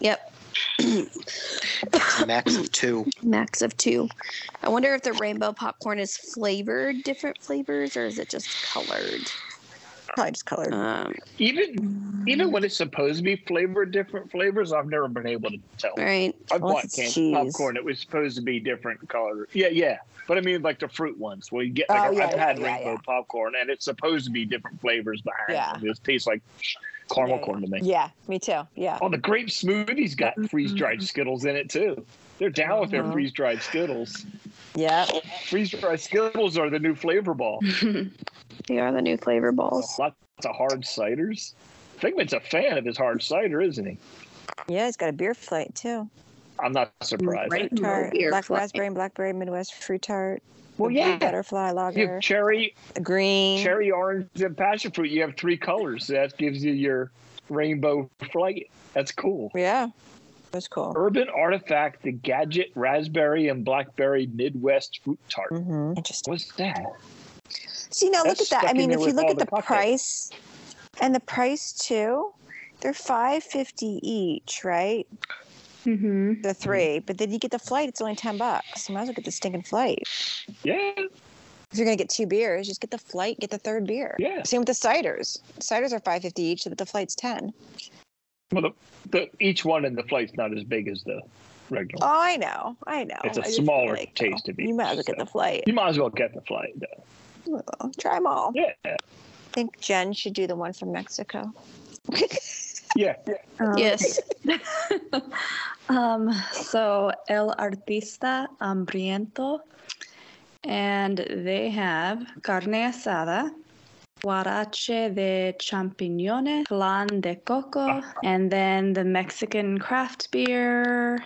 Yep, It's a max of two. max of two. I wonder if the rainbow popcorn is flavored different flavors or is it just colored? Probably just colored. Um, Even even when it's supposed to be flavored different flavors, I've never been able to tell. right. I bought it's candy cheese. popcorn. It was supposed to be different color. Yeah, yeah. But I mean, like the fruit ones. Well, you get like Oh, I've yeah, I've yeah, had yeah, rainbow yeah. popcorn, and it's supposed to be different flavors behind. Yeah. It just tastes like caramel Yeah, corn to me. Yeah, me too. Yeah. Oh, the grape smoothie's got freeze dried Skittles in it too. They're down with their Mhm. freeze dried Skittles. Yeah. Freeze dried Skittles are the new flavor ball. They are the new flavor balls. Lots of hard ciders. Figment's a fan of his hard cider, isn't he? Yeah, it's got a beer flight too. I'm not surprised. Right. Beer Tart, flight. black raspberry and blackberry Midwest fruit tart. Well, the blue yeah. Butterfly You lager. have cherry, the green. cherry, orange, and passion fruit. You have three colors. So that gives you your rainbow flight. That's cool. Yeah. That's cool. Urban artifact, the gadget, raspberry, and blackberry Midwest fruit tart. Mm-hmm. Interesting. What's that? See now, look at That's that. stuck I in mean, there if you with look all at the the cocktails. price, and the price too, they're five fifty each, right? Mm-hmm. The 3 but then you get the flight. It's only ten bucks. You might as well get the stinking flight. Yeah, If you're gonna get two beers, just get the flight. Get the third beer. yeah. Same with the ciders. Ciders are five fifty each, but the flight's ten. Well, the, the, each one in the flight's not as big as the regular. Oh, I know. I know. It's a I just feel smaller taste of You might as well each, get so. the flight. You might as well get the flight. Though. Well, try them all. Yeah, I think Jen should do the one from Mexico. *laughs* yeah. Oh, Yes. um, so El Artista Hambriento, and they have carne asada, huarache de champiñones, flan de coco, and then the Mexican craft beer,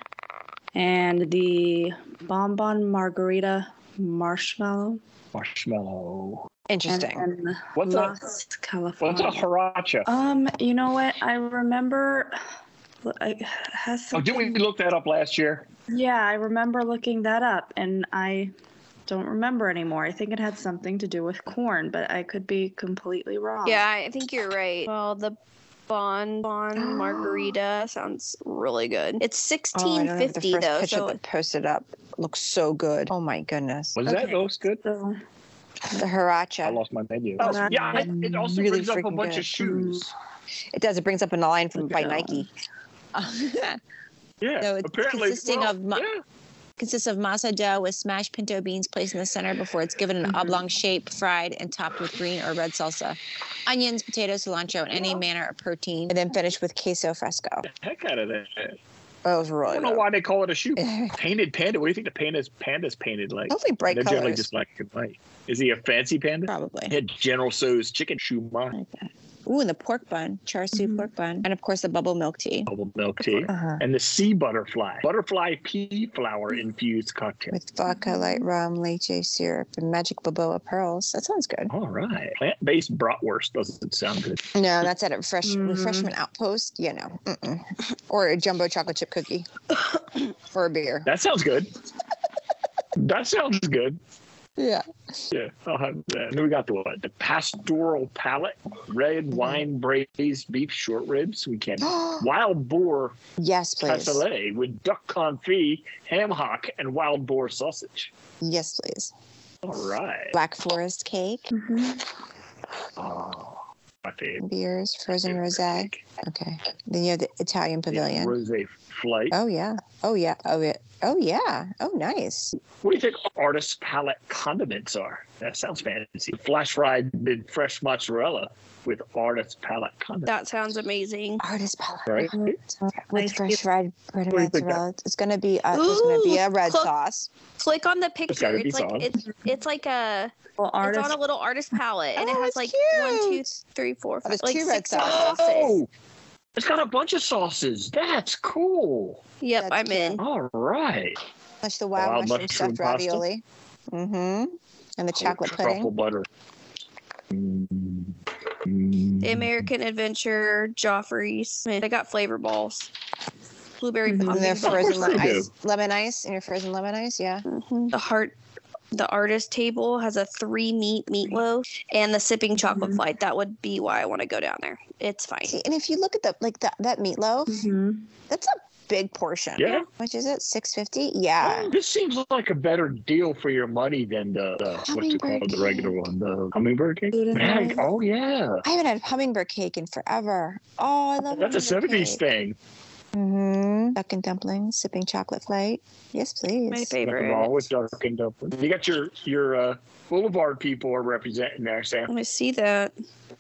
and the bonbon margarita marshmallow. Marshmallow. Interesting. And then What's a- Las What's a California. haracha? Oh, Um, you know what? I remember. I has Oh, did we something- look that up last year? Yeah, I remember looking that up, and I don't remember anymore. I think it had something to do with corn, but I could be completely wrong. Yeah, I think you're right. Well, the Bon *gasps* Bon Margarita sounds really good. It's Oh, I sixteen don't know if fifty the first though, picture so that posted up looks so good. Oh my goodness, Was that Okay. those good? So, the I Hiracha. lost my menu. Oh, Oh, yeah, that's it, it also really brings up a freaking bunch of good. Mm. shoes. It does. It brings up an line from Look by at that Nike. Yeah. So it's apparently, consisting well, of mu- yeah. *laughs* Consists of masa dough with smashed pinto beans placed in the center before it's given an Mhm. oblong shape, fried, and topped with green or red salsa, onions, potatoes, cilantro, and any manner of protein, and then finished with queso fresco. heck out of that. That was I really don't know why they call it a shoe. good. Painted panda. What do you think the panda's panda's painted like? Hopefully bright They're generally colors. just black and white. Is he a fancy panda? Probably. Yeah, General So's chicken shoe mine Okay. Ooh, and the pork bun, char siu Mhm. pork bun, and of course the bubble milk tea bubble milk tea. Mm-hmm. uh-huh. And the sea butterfly, butterfly pea flower infused cocktail. with vodka, light rum, leche syrup, and magic baboa pearls. That sounds good. All right, plant-based bratwurst doesn't sound good. No, that's at a fresh Mhm. refreshment outpost. You know, mm-mm. or a jumbo chocolate chip cookie for a beer. That sounds good. that sounds good. Yeah. Yeah, I'll have that. Then we got the what? The pastoral palate, red wine braised beef short ribs. We *gasps* can wild boar yes, please. cassoulet with duck confit, ham hock, and wild boar sausage. Yes, please. All right. Black forest cake, Mhm. Oh, my favorite. beers, frozen rosé. Okay. Then you have the Italian pavilion. Rosé flight. Oh yeah. Oh yeah. Oh yeah. Oh yeah. Oh nice. What do you think artist palette condiments are? That sounds fancy. Flash fried with fresh mozzarella with artist palette condiments. That sounds amazing. Artist palette. Right? With Nice. fresh fried bread and What do you think mozzarella. It's gonna be uh, there's gonna be a Ooh, red close. sauce. Click on the picture. gotta be It's like sauce. it's it's like a Well, artist. it's on a little artist palette and Oh, it has it's like one, two, cute. three, four, Oh, five, there's like two red six sauces. sauces. Oh, it's got a bunch of sauces. That's cool. Yep, That's I'm cute. in. All right. Much the wild, Wild mushroom, mushroom stuffed pasta? ravioli. Mm-hmm. And the chocolate Oh, pudding. Truffle butter. Mm, The mm. American Adventure, Joffrey's. They got flavor balls. Blueberry Mm-hmm. Mhm. popping *laughs* And their balls. frozen course lemon *laughs* they do. ice, lemon ice, and your frozen lemon ice, yeah. Mhm. The heart, the artist table has a three meat meatloaf, and the sipping Mm-hmm. chocolate Mhm. flight. That would be why I want to go down there. It's fine. See, and if you look at the like that that meatloaf, Mhm. that's a big portion. Mm-hmm. Yeah. Which is it? Six fifty? Yeah. This seems like a better deal for your money than the, the what's it Hummingbird called, the regular one, the hummingbird cake. Food and Man, Wine. oh yeah, I haven't had hummingbird cake in forever. Oh, I love that's a hummingbird '70s cake. thing. Mm-hmm. Duck and dumplings, sipping chocolate flight. Yes, please. My Nothing favorite. wrong with Dunkin' Dumplings. You got your your uh, Boulevard people are representing there, Sam, I see that.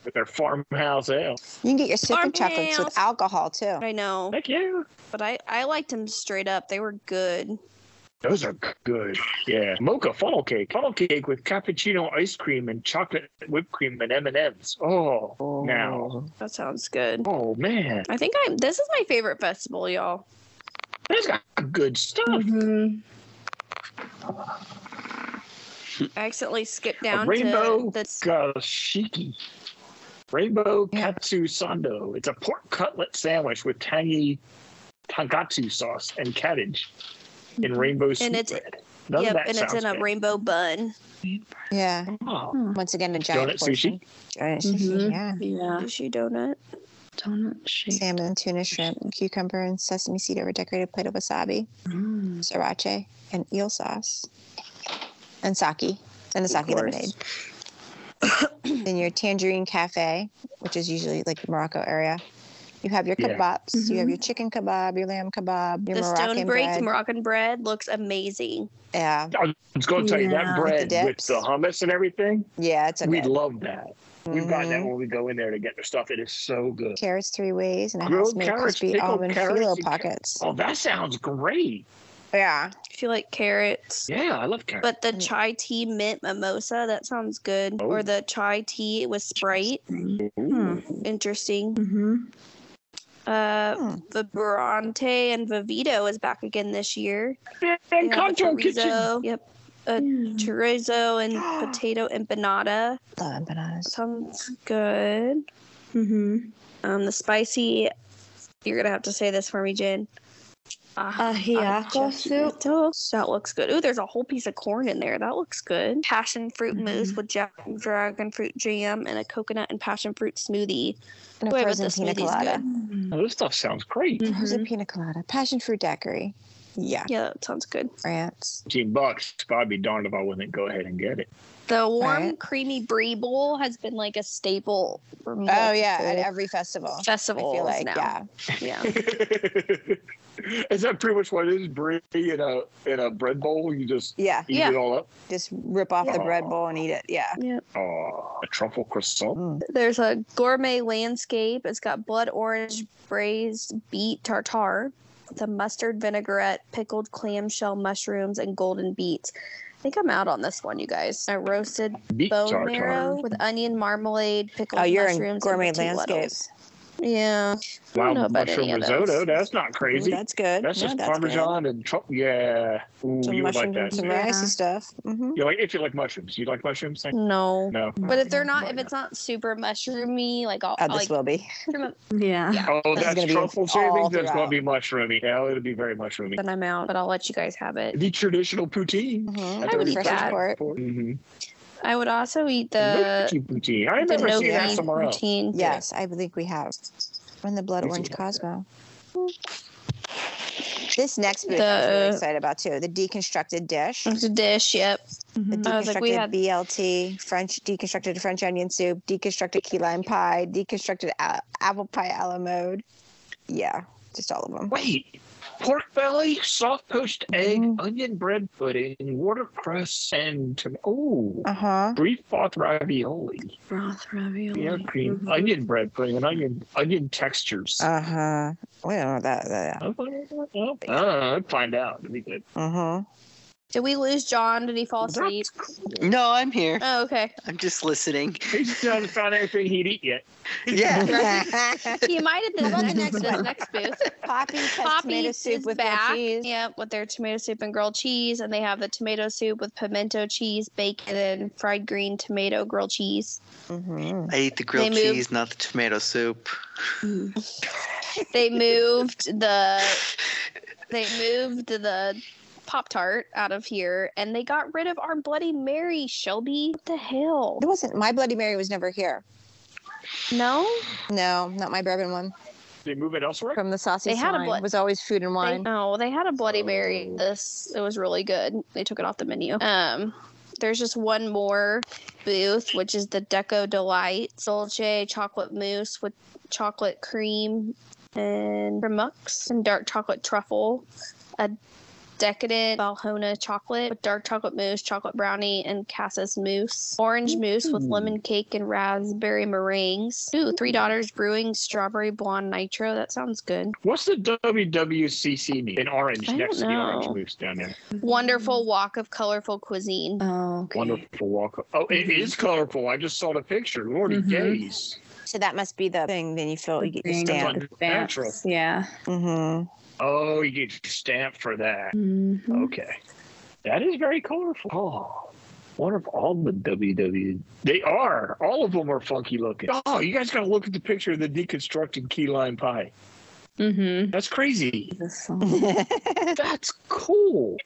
with their farmhouse ale. You can get your sipping chocolates Farmhouse. with alcohol too. I know, Heck yeah, but I I liked them straight up. They were good. those are good. Yeah, mocha funnel cake, funnel cake with cappuccino ice cream and chocolate whipped cream and M and M's. Oh, now, That sounds good. oh man, I think I'm. This is my favorite festival, y'all. that's got good stuff. Mhm. I accidentally skipped down rainbow to the. Gashiki. Rainbow Yeah. Katsu Sando. It's a pork cutlet sandwich with tangy tangatsu sauce and cabbage in rainbow sweet it's- bread. None of yep, oh, that and it's sounds in a good. rainbow bun. Yeah. Oh, Once again, a giant Donut portion. sushi? Giant sushi. Mm-hmm. Mhm. Yeah. Yeah. Sushi donut. Donut shape. Salmon, tuna, shrimp, and cucumber, and sesame seed over decorated plate of wasabi, Mm. sriracha, and eel sauce, and sake, and the sake course. lemonade. *coughs* then your tangerine cafe, which is usually like the Morocco area. You have your Yeah. kebabs. You have Mhm. your chicken kebab, your lamb kebab, your the Moroccan stone break bread. Moroccan bread looks amazing. yeah, I was going to tell you Yeah. that bread The with dips. the hummus and everything. yeah, it's a we bit. love that. We've got that Mhm. when we go in there to get their stuff. It is so good. Carrots three ways and a Grilled house made carrots, crispy pickled almond carrots, phyllo and car- pockets. Oh, that sounds great. Yeah, If you like carrots. Yeah, I love carrots. But Mm. the chai tea mint mimosa, that sounds good. Oh. Or the chai tea with Sprite. hmm. Ooh. Interesting. Mhm. Uh Hmm. Vibrante and Vivito is back again this year. And They have a Kanto Kitchen. chorizo- Yep. Uh, Yeah. Chorizo *gasps* and potato empanada. love bananas. Sounds good. Mhm. Um, the spicy, you're gonna have to say this for me, Jen. Ah, Ahiako soup. That looks good. Ooh, there's a whole piece of corn in there. That looks good. Passion fruit Mm-hmm. mousse Mhm. with ja- dragon fruit jam and a coconut and passion fruit smoothie. And Boy, a but frozen the pina smoothie's colada. Oh, this stuff sounds great. Frozen Mhm. pina colada. Passion fruit daiquiri. Yeah. Yeah, that sounds good. France. 15 bucks, I'd be darned if I wouldn't go ahead and get it. *laughs* The warm, Alright. creamy brie bowl has been like a staple for Oh yeah, at multiple every festival. I festivals *laughs* feel like now. yeah. Yeah. That's Is that pretty much what it is? Brie in a in a bread bowl? You just Yeah, eat Yeah. it all up? just rip off the bread bowl and eat it. Yeah. Yep. Oh, a truffle croissant? There's a gourmet landscape. It's got blood orange braised beet tartare, with a mustard vinaigrette, pickled clamshell mushrooms, and golden beets. I think I'm out on this one, you guys. A roasted Beet bone tartare. marrow with onion marmalade, pickled Oh, you're mushrooms, in and gourmet petite landscapes. lentils. Yeah, Wow, know about mushroom any of risotto. those. That's not crazy. That's good. That's No, just that's parmesan and truffle. Yeah. Ooh, Good. Some you would like mushrooms that. and some too. Yeah. ricey stuff. hmm You like if you like mushrooms. You like mushrooms? Nick? no. No. But if they're not, Why if not? it's not super mushroomy, like all Oh, like this will be. Yeah. Yeah. Oh, This is that's gonna be truffle all shavings. That's going throughout. to be mushroomy. Yeah, it'll be very mushroomy. then I'm out. But I'll let you guys have it. The traditional poutine. Mhm. I would eat Freshers that. Court. Mm-hmm. I would also eat The the poutine. I the remember no seeing that green somewhere else. routine. Yes, I believe we have. We're in the Blood Easy Orange like that. Cosmo. This next booth I was The- really excited about too. The deconstructed dish. It's a dish. Yep. The Mhm. Mm-hmm. I was deconstructed like, we had- BLT, French deconstructed French onion soup, deconstructed key lime pie, deconstructed a- apple pie a la mode. Yeah, just all of them. Wait, pork belly, soft poached egg, Mm-hmm. onion bread pudding, watercress, and tomato. Oh, Uh Uh-huh. huh. brief broth ravioli, Broth ravioli. Mm-hmm. beer cream, Mhm. onion bread pudding, and onion onion textures. Uh huh. We don't know that. that Oh, oh, oh, oh, I'd find out. It'd be good. uh huh. Did we lose John? Did he fall asleep? That's cool. No, I'm here. Oh, okay. I'm just listening. He still hasn't found anything he'd eat yet. *laughs* Yeah. He might have How been about the next, next next, one? *laughs* next booth. Poppy has tomato Poppy's soup is with back. back. cheese. Yep, with their tomato soup and grilled cheese, and they have the tomato soup with pimento cheese, bacon, and fried green tomato grilled cheese. Mhm. I eat the grilled They move- cheese, not the tomato soup. Mm. They *laughs* moved the they moved the Pop Tart out of here, and they got rid of our Bloody Mary, Shelby. What the hell? It wasn't my Bloody Mary was never here. No, No, not my bourbon one. They move it elsewhere. From the sausage They had a line Blood- was always food and They, wine. no, they had a Bloody Mary. Oh. This it was really good. They took it off the menu. Um, there's just one more booth, which is the Deco Delight Dolce Chocolate Mousse with chocolate cream and remux and dark chocolate truffle, a decadent Valhona chocolate with dark chocolate mousse, chocolate brownie, and Cassis mousse, orange mousse with Ooh. lemon cake and raspberry meringues. Ooh, Three Daughters Brewing Strawberry Blonde Nitro. That sounds good. What's the WWCC mean? In orange, I don't next to the orange know. moves down there. Wonderful walk of colorful cuisine. Oh, okay. Wonderful walk. Oh, Mm-hmm. it Mhm. is colorful. I just saw the picture. Lordy Mhm. days. So that must be the thing. Then you feel you get your Thing, stamp. the stamps, Natural. Yeah. hmm Oh, you get your stamp for that. Mhm. Okay. That is very colorful. Oh, one of all the WW. They are. All of them are funky looking. Oh, you guys got to look at the picture of the deconstructed key lime pie. Mm-hmm. That's crazy. This song. *laughs* That's cool.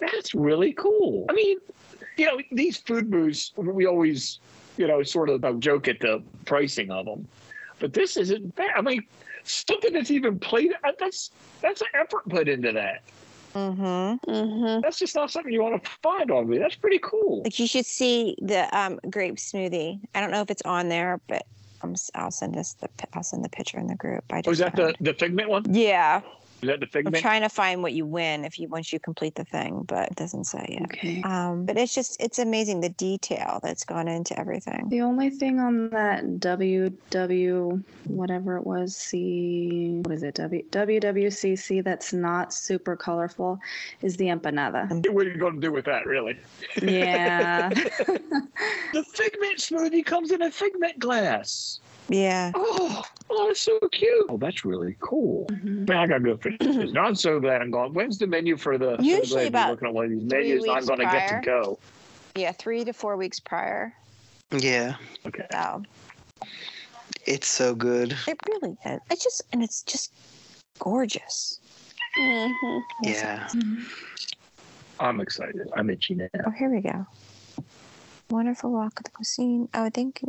That's really cool. I mean, you know, these food booths, we always, you know, sort of uh, joke at the pricing of them. But this isn't bad. I mean, something that's even played, uh, that's that's an effort put into that. hmm Mm-hmm. That's just not something you want to find on me. That's pretty cool. Like you should see the um, grape smoothie. I don't know if it's on there, but I'm, s- I'll send us the pi- I'll send the picture in the group. I just Oh, is that the, found- the figment one? Yeah, Is that the I'm figment? trying to find what you win if you once you complete the thing, but it doesn't say yet. Okay. Um, but it's just it's amazing the detail that's gone into everything. The only thing on that WW, whatever it was, C, what is it, W WWCC that's not super colorful is the empanada. *laughs* what are you going to do with that, really? Yeah. The figment smoothie comes in a figment glass. Yeah. Oh, oh, that's so cute. Oh, that's really cool. Mm-hmm. Mhm. Man, I gotta go for *clears throat* this. Now I'm so glad I'm gone. When's the menu for the? I'm so Usually glad you're about looking at one of these three menus. I'm weeks gonna get to prior. go. Yeah, three to four weeks prior. Yeah, Okay. So it's so good. it really is. It's just and it's just gorgeous. Mm-hmm. Yeah. I'm excited. I'm itchy now. Oh, here we go. Wonderful walk of the cuisine. Oh, I think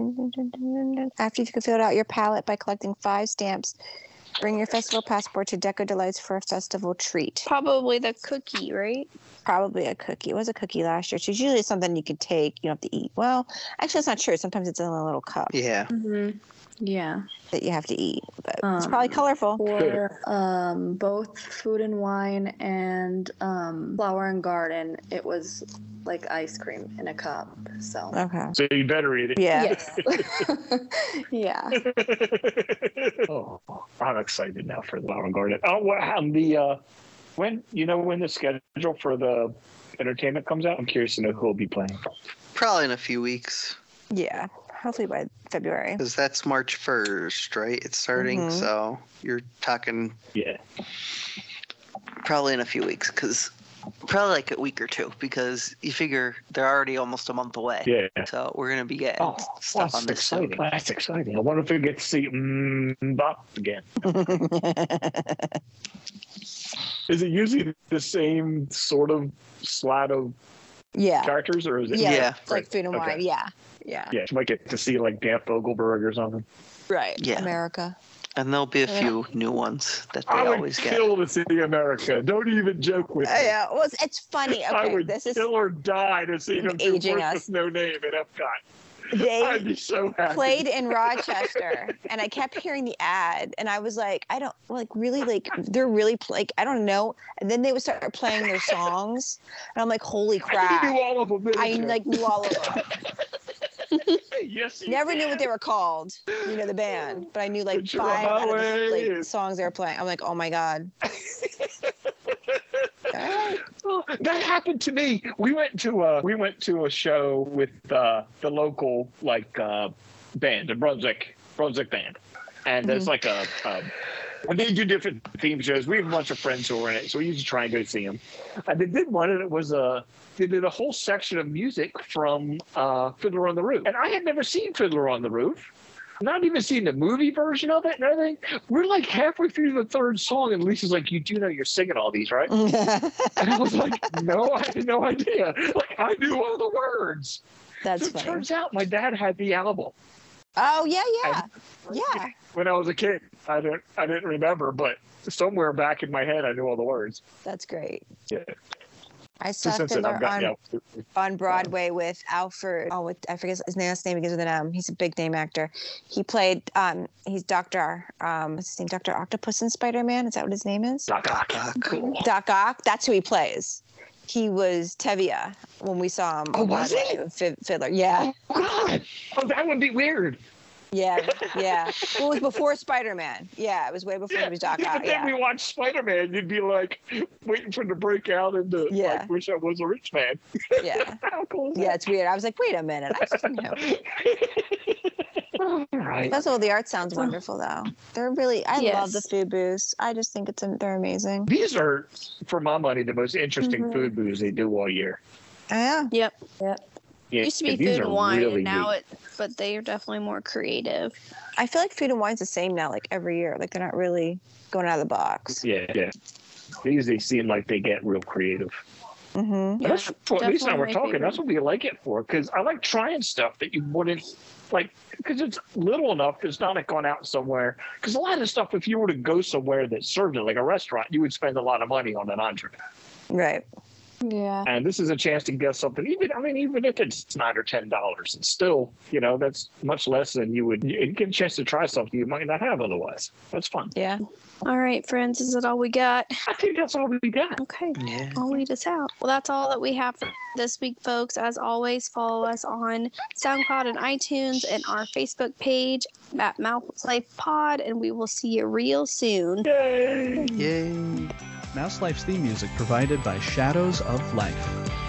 after you can fill out your palette by collecting five stamps Bring your festival passport to Deco Delight's for a festival treat. Probably the cookie, right? Probably a cookie. It was a cookie last year. It's usually something you could take. You don't have to eat. Well, actually, it's not true. Sometimes it's in a little cup Yeah. Mm-hmm. Yeah. that you have to eat, but it's probably Um, colorful. For um, both food and wine and um, flower and garden, it was like ice cream in a cup. So Okay. So you better eat *laughs* it. Yeah. *laughs* yeah. oh, I'm excited now for the Flower Garden. Oh, wow. and The, uh, when, you know, when the schedule for the entertainment comes out, I'm curious to know who will be playing. Probably in a few weeks Yeah. Hopefully by February. because that's March 1st, right? It's starting. Mm-hmm. Mhm. So you're talking Yeah. probably in a few weeks because probably like a week or two because you figure they're already almost a month away. Yeah. So we're going to be getting Oh, stuff that's on this soon. exciting. That's exciting. I wonder if we get to see Mbop *laughs* again. Is it usually the same sort of slot of yeah. characters, or is it? Uh, Yeah, Yeah. Like food and Okay. wine. Yeah. Yeah. Yeah, you might get to see like Dan Fogelberg or something. Right. Yeah. America. And there'll be a Yeah. few new ones that they I would always get. kill to see America. Don't even joke with Oh, me. yeah. Well, it's, it's funny. I Okay. would This is kill or die to see them do Aging Words us. with no name at Epcot. I'd they be so happy. played in Rochester, and I kept hearing the ad, and I was like, I don't like really like they're really like I don't know. And then they would start playing their songs, and I'm like, holy I knew crap! all of them. didn't I you? like knew all of *laughs* them. yes, you Never knew what can. they were called, you know, the band, but I knew like It's your five out of the highway. like, songs they were playing. I'm like, oh *laughs* my god. All right. Oh, that happened to me. We went to a we went to a show with uh, the local like uh, band, the Brunswick Brunswick band, and there's like a, a and they do different theme shows. We have a bunch of friends who are in it, so we usually try and go see them. And they did one, and it was a they did a whole section of music from uh, Fiddler on the Roof, and I had never seen Fiddler on the Roof. Not even seen the movie version of it and everything. We're like halfway through the third song, and Lisa's like, "You do know you're singing all these, right?" And I was like, no, I had no idea. Like, I knew all the words. That's So it funny. turns out my dad had the album Oh yeah, yeah, yeah. *laughs* when I was a kid. I don't, I didn't remember, but somewhere back in my head, I knew all the words. That's great. Yeah. I saw So since then, Fiddler I've on gotten out. on Broadway with Alfred. Oh, with, I forget his last name begins with an M. He's a big name actor. He played. Um, he's Doctor. Um, what's his name? Doctor Octopus in Spider Man. Is that what his name is? Doc Ock. Fuck. Cool. Doc Ock. That's who he plays. He was Tevia when we saw him. Oh, on was Broadway he? with Fid- Fiddler. Yeah, God. Oh, that would be weird. yeah, *laughs* yeah. well, it was before Spider Man. Yeah, it was way before he was Doc yeah, Ock. but then Yeah. we watched Spider Man. You'd be like waiting for him to break out into Yeah. like, wish I was a rich man. yeah. How cool is Yeah, it's weird. I was like, wait a minute. I've seen him. that? right. Festival of the Arts sounds wonderful, though. They're really, I love the Yes. food booths. I just think it's they're amazing. These are, for my money, the most interesting Mm-hmm. Mhm. food booths they do all year. Yeah. Yep. Yeah, used to be these food are and wine, really and now neat. it. But they are definitely more creative. I feel like food and wine's the same now, like every year. Like they're not really going out of the box. yeah, yeah. These they seem like they get real creative. hmm Yeah, that's what Lisa and I definitely were my talking. favorite. That's what we like it for because I like trying stuff that you wouldn't like because it's little enough. It's not like going out somewhere because a lot of stuff. If you were to go somewhere that served it like a restaurant, you would spend a lot of money on an entree. Right. Yeah. And this is a chance to get something. Even I mean, even if it's nine or ten dollars, it's still you know that's much less than you would. You get a chance to try something you might not have otherwise. That's fun. Yeah. All right, friends, is that all we got? I think that's all we got. Okay. Yeah. I'll lead us out. Well, that's all that we have for this week, folks. As always, follow us on SoundCloud and iTunes and our Facebook page at Mouth Life Pod, and we will see you real soon. Yay! Yay. Mouse Life's theme music provided by Shadows of Life.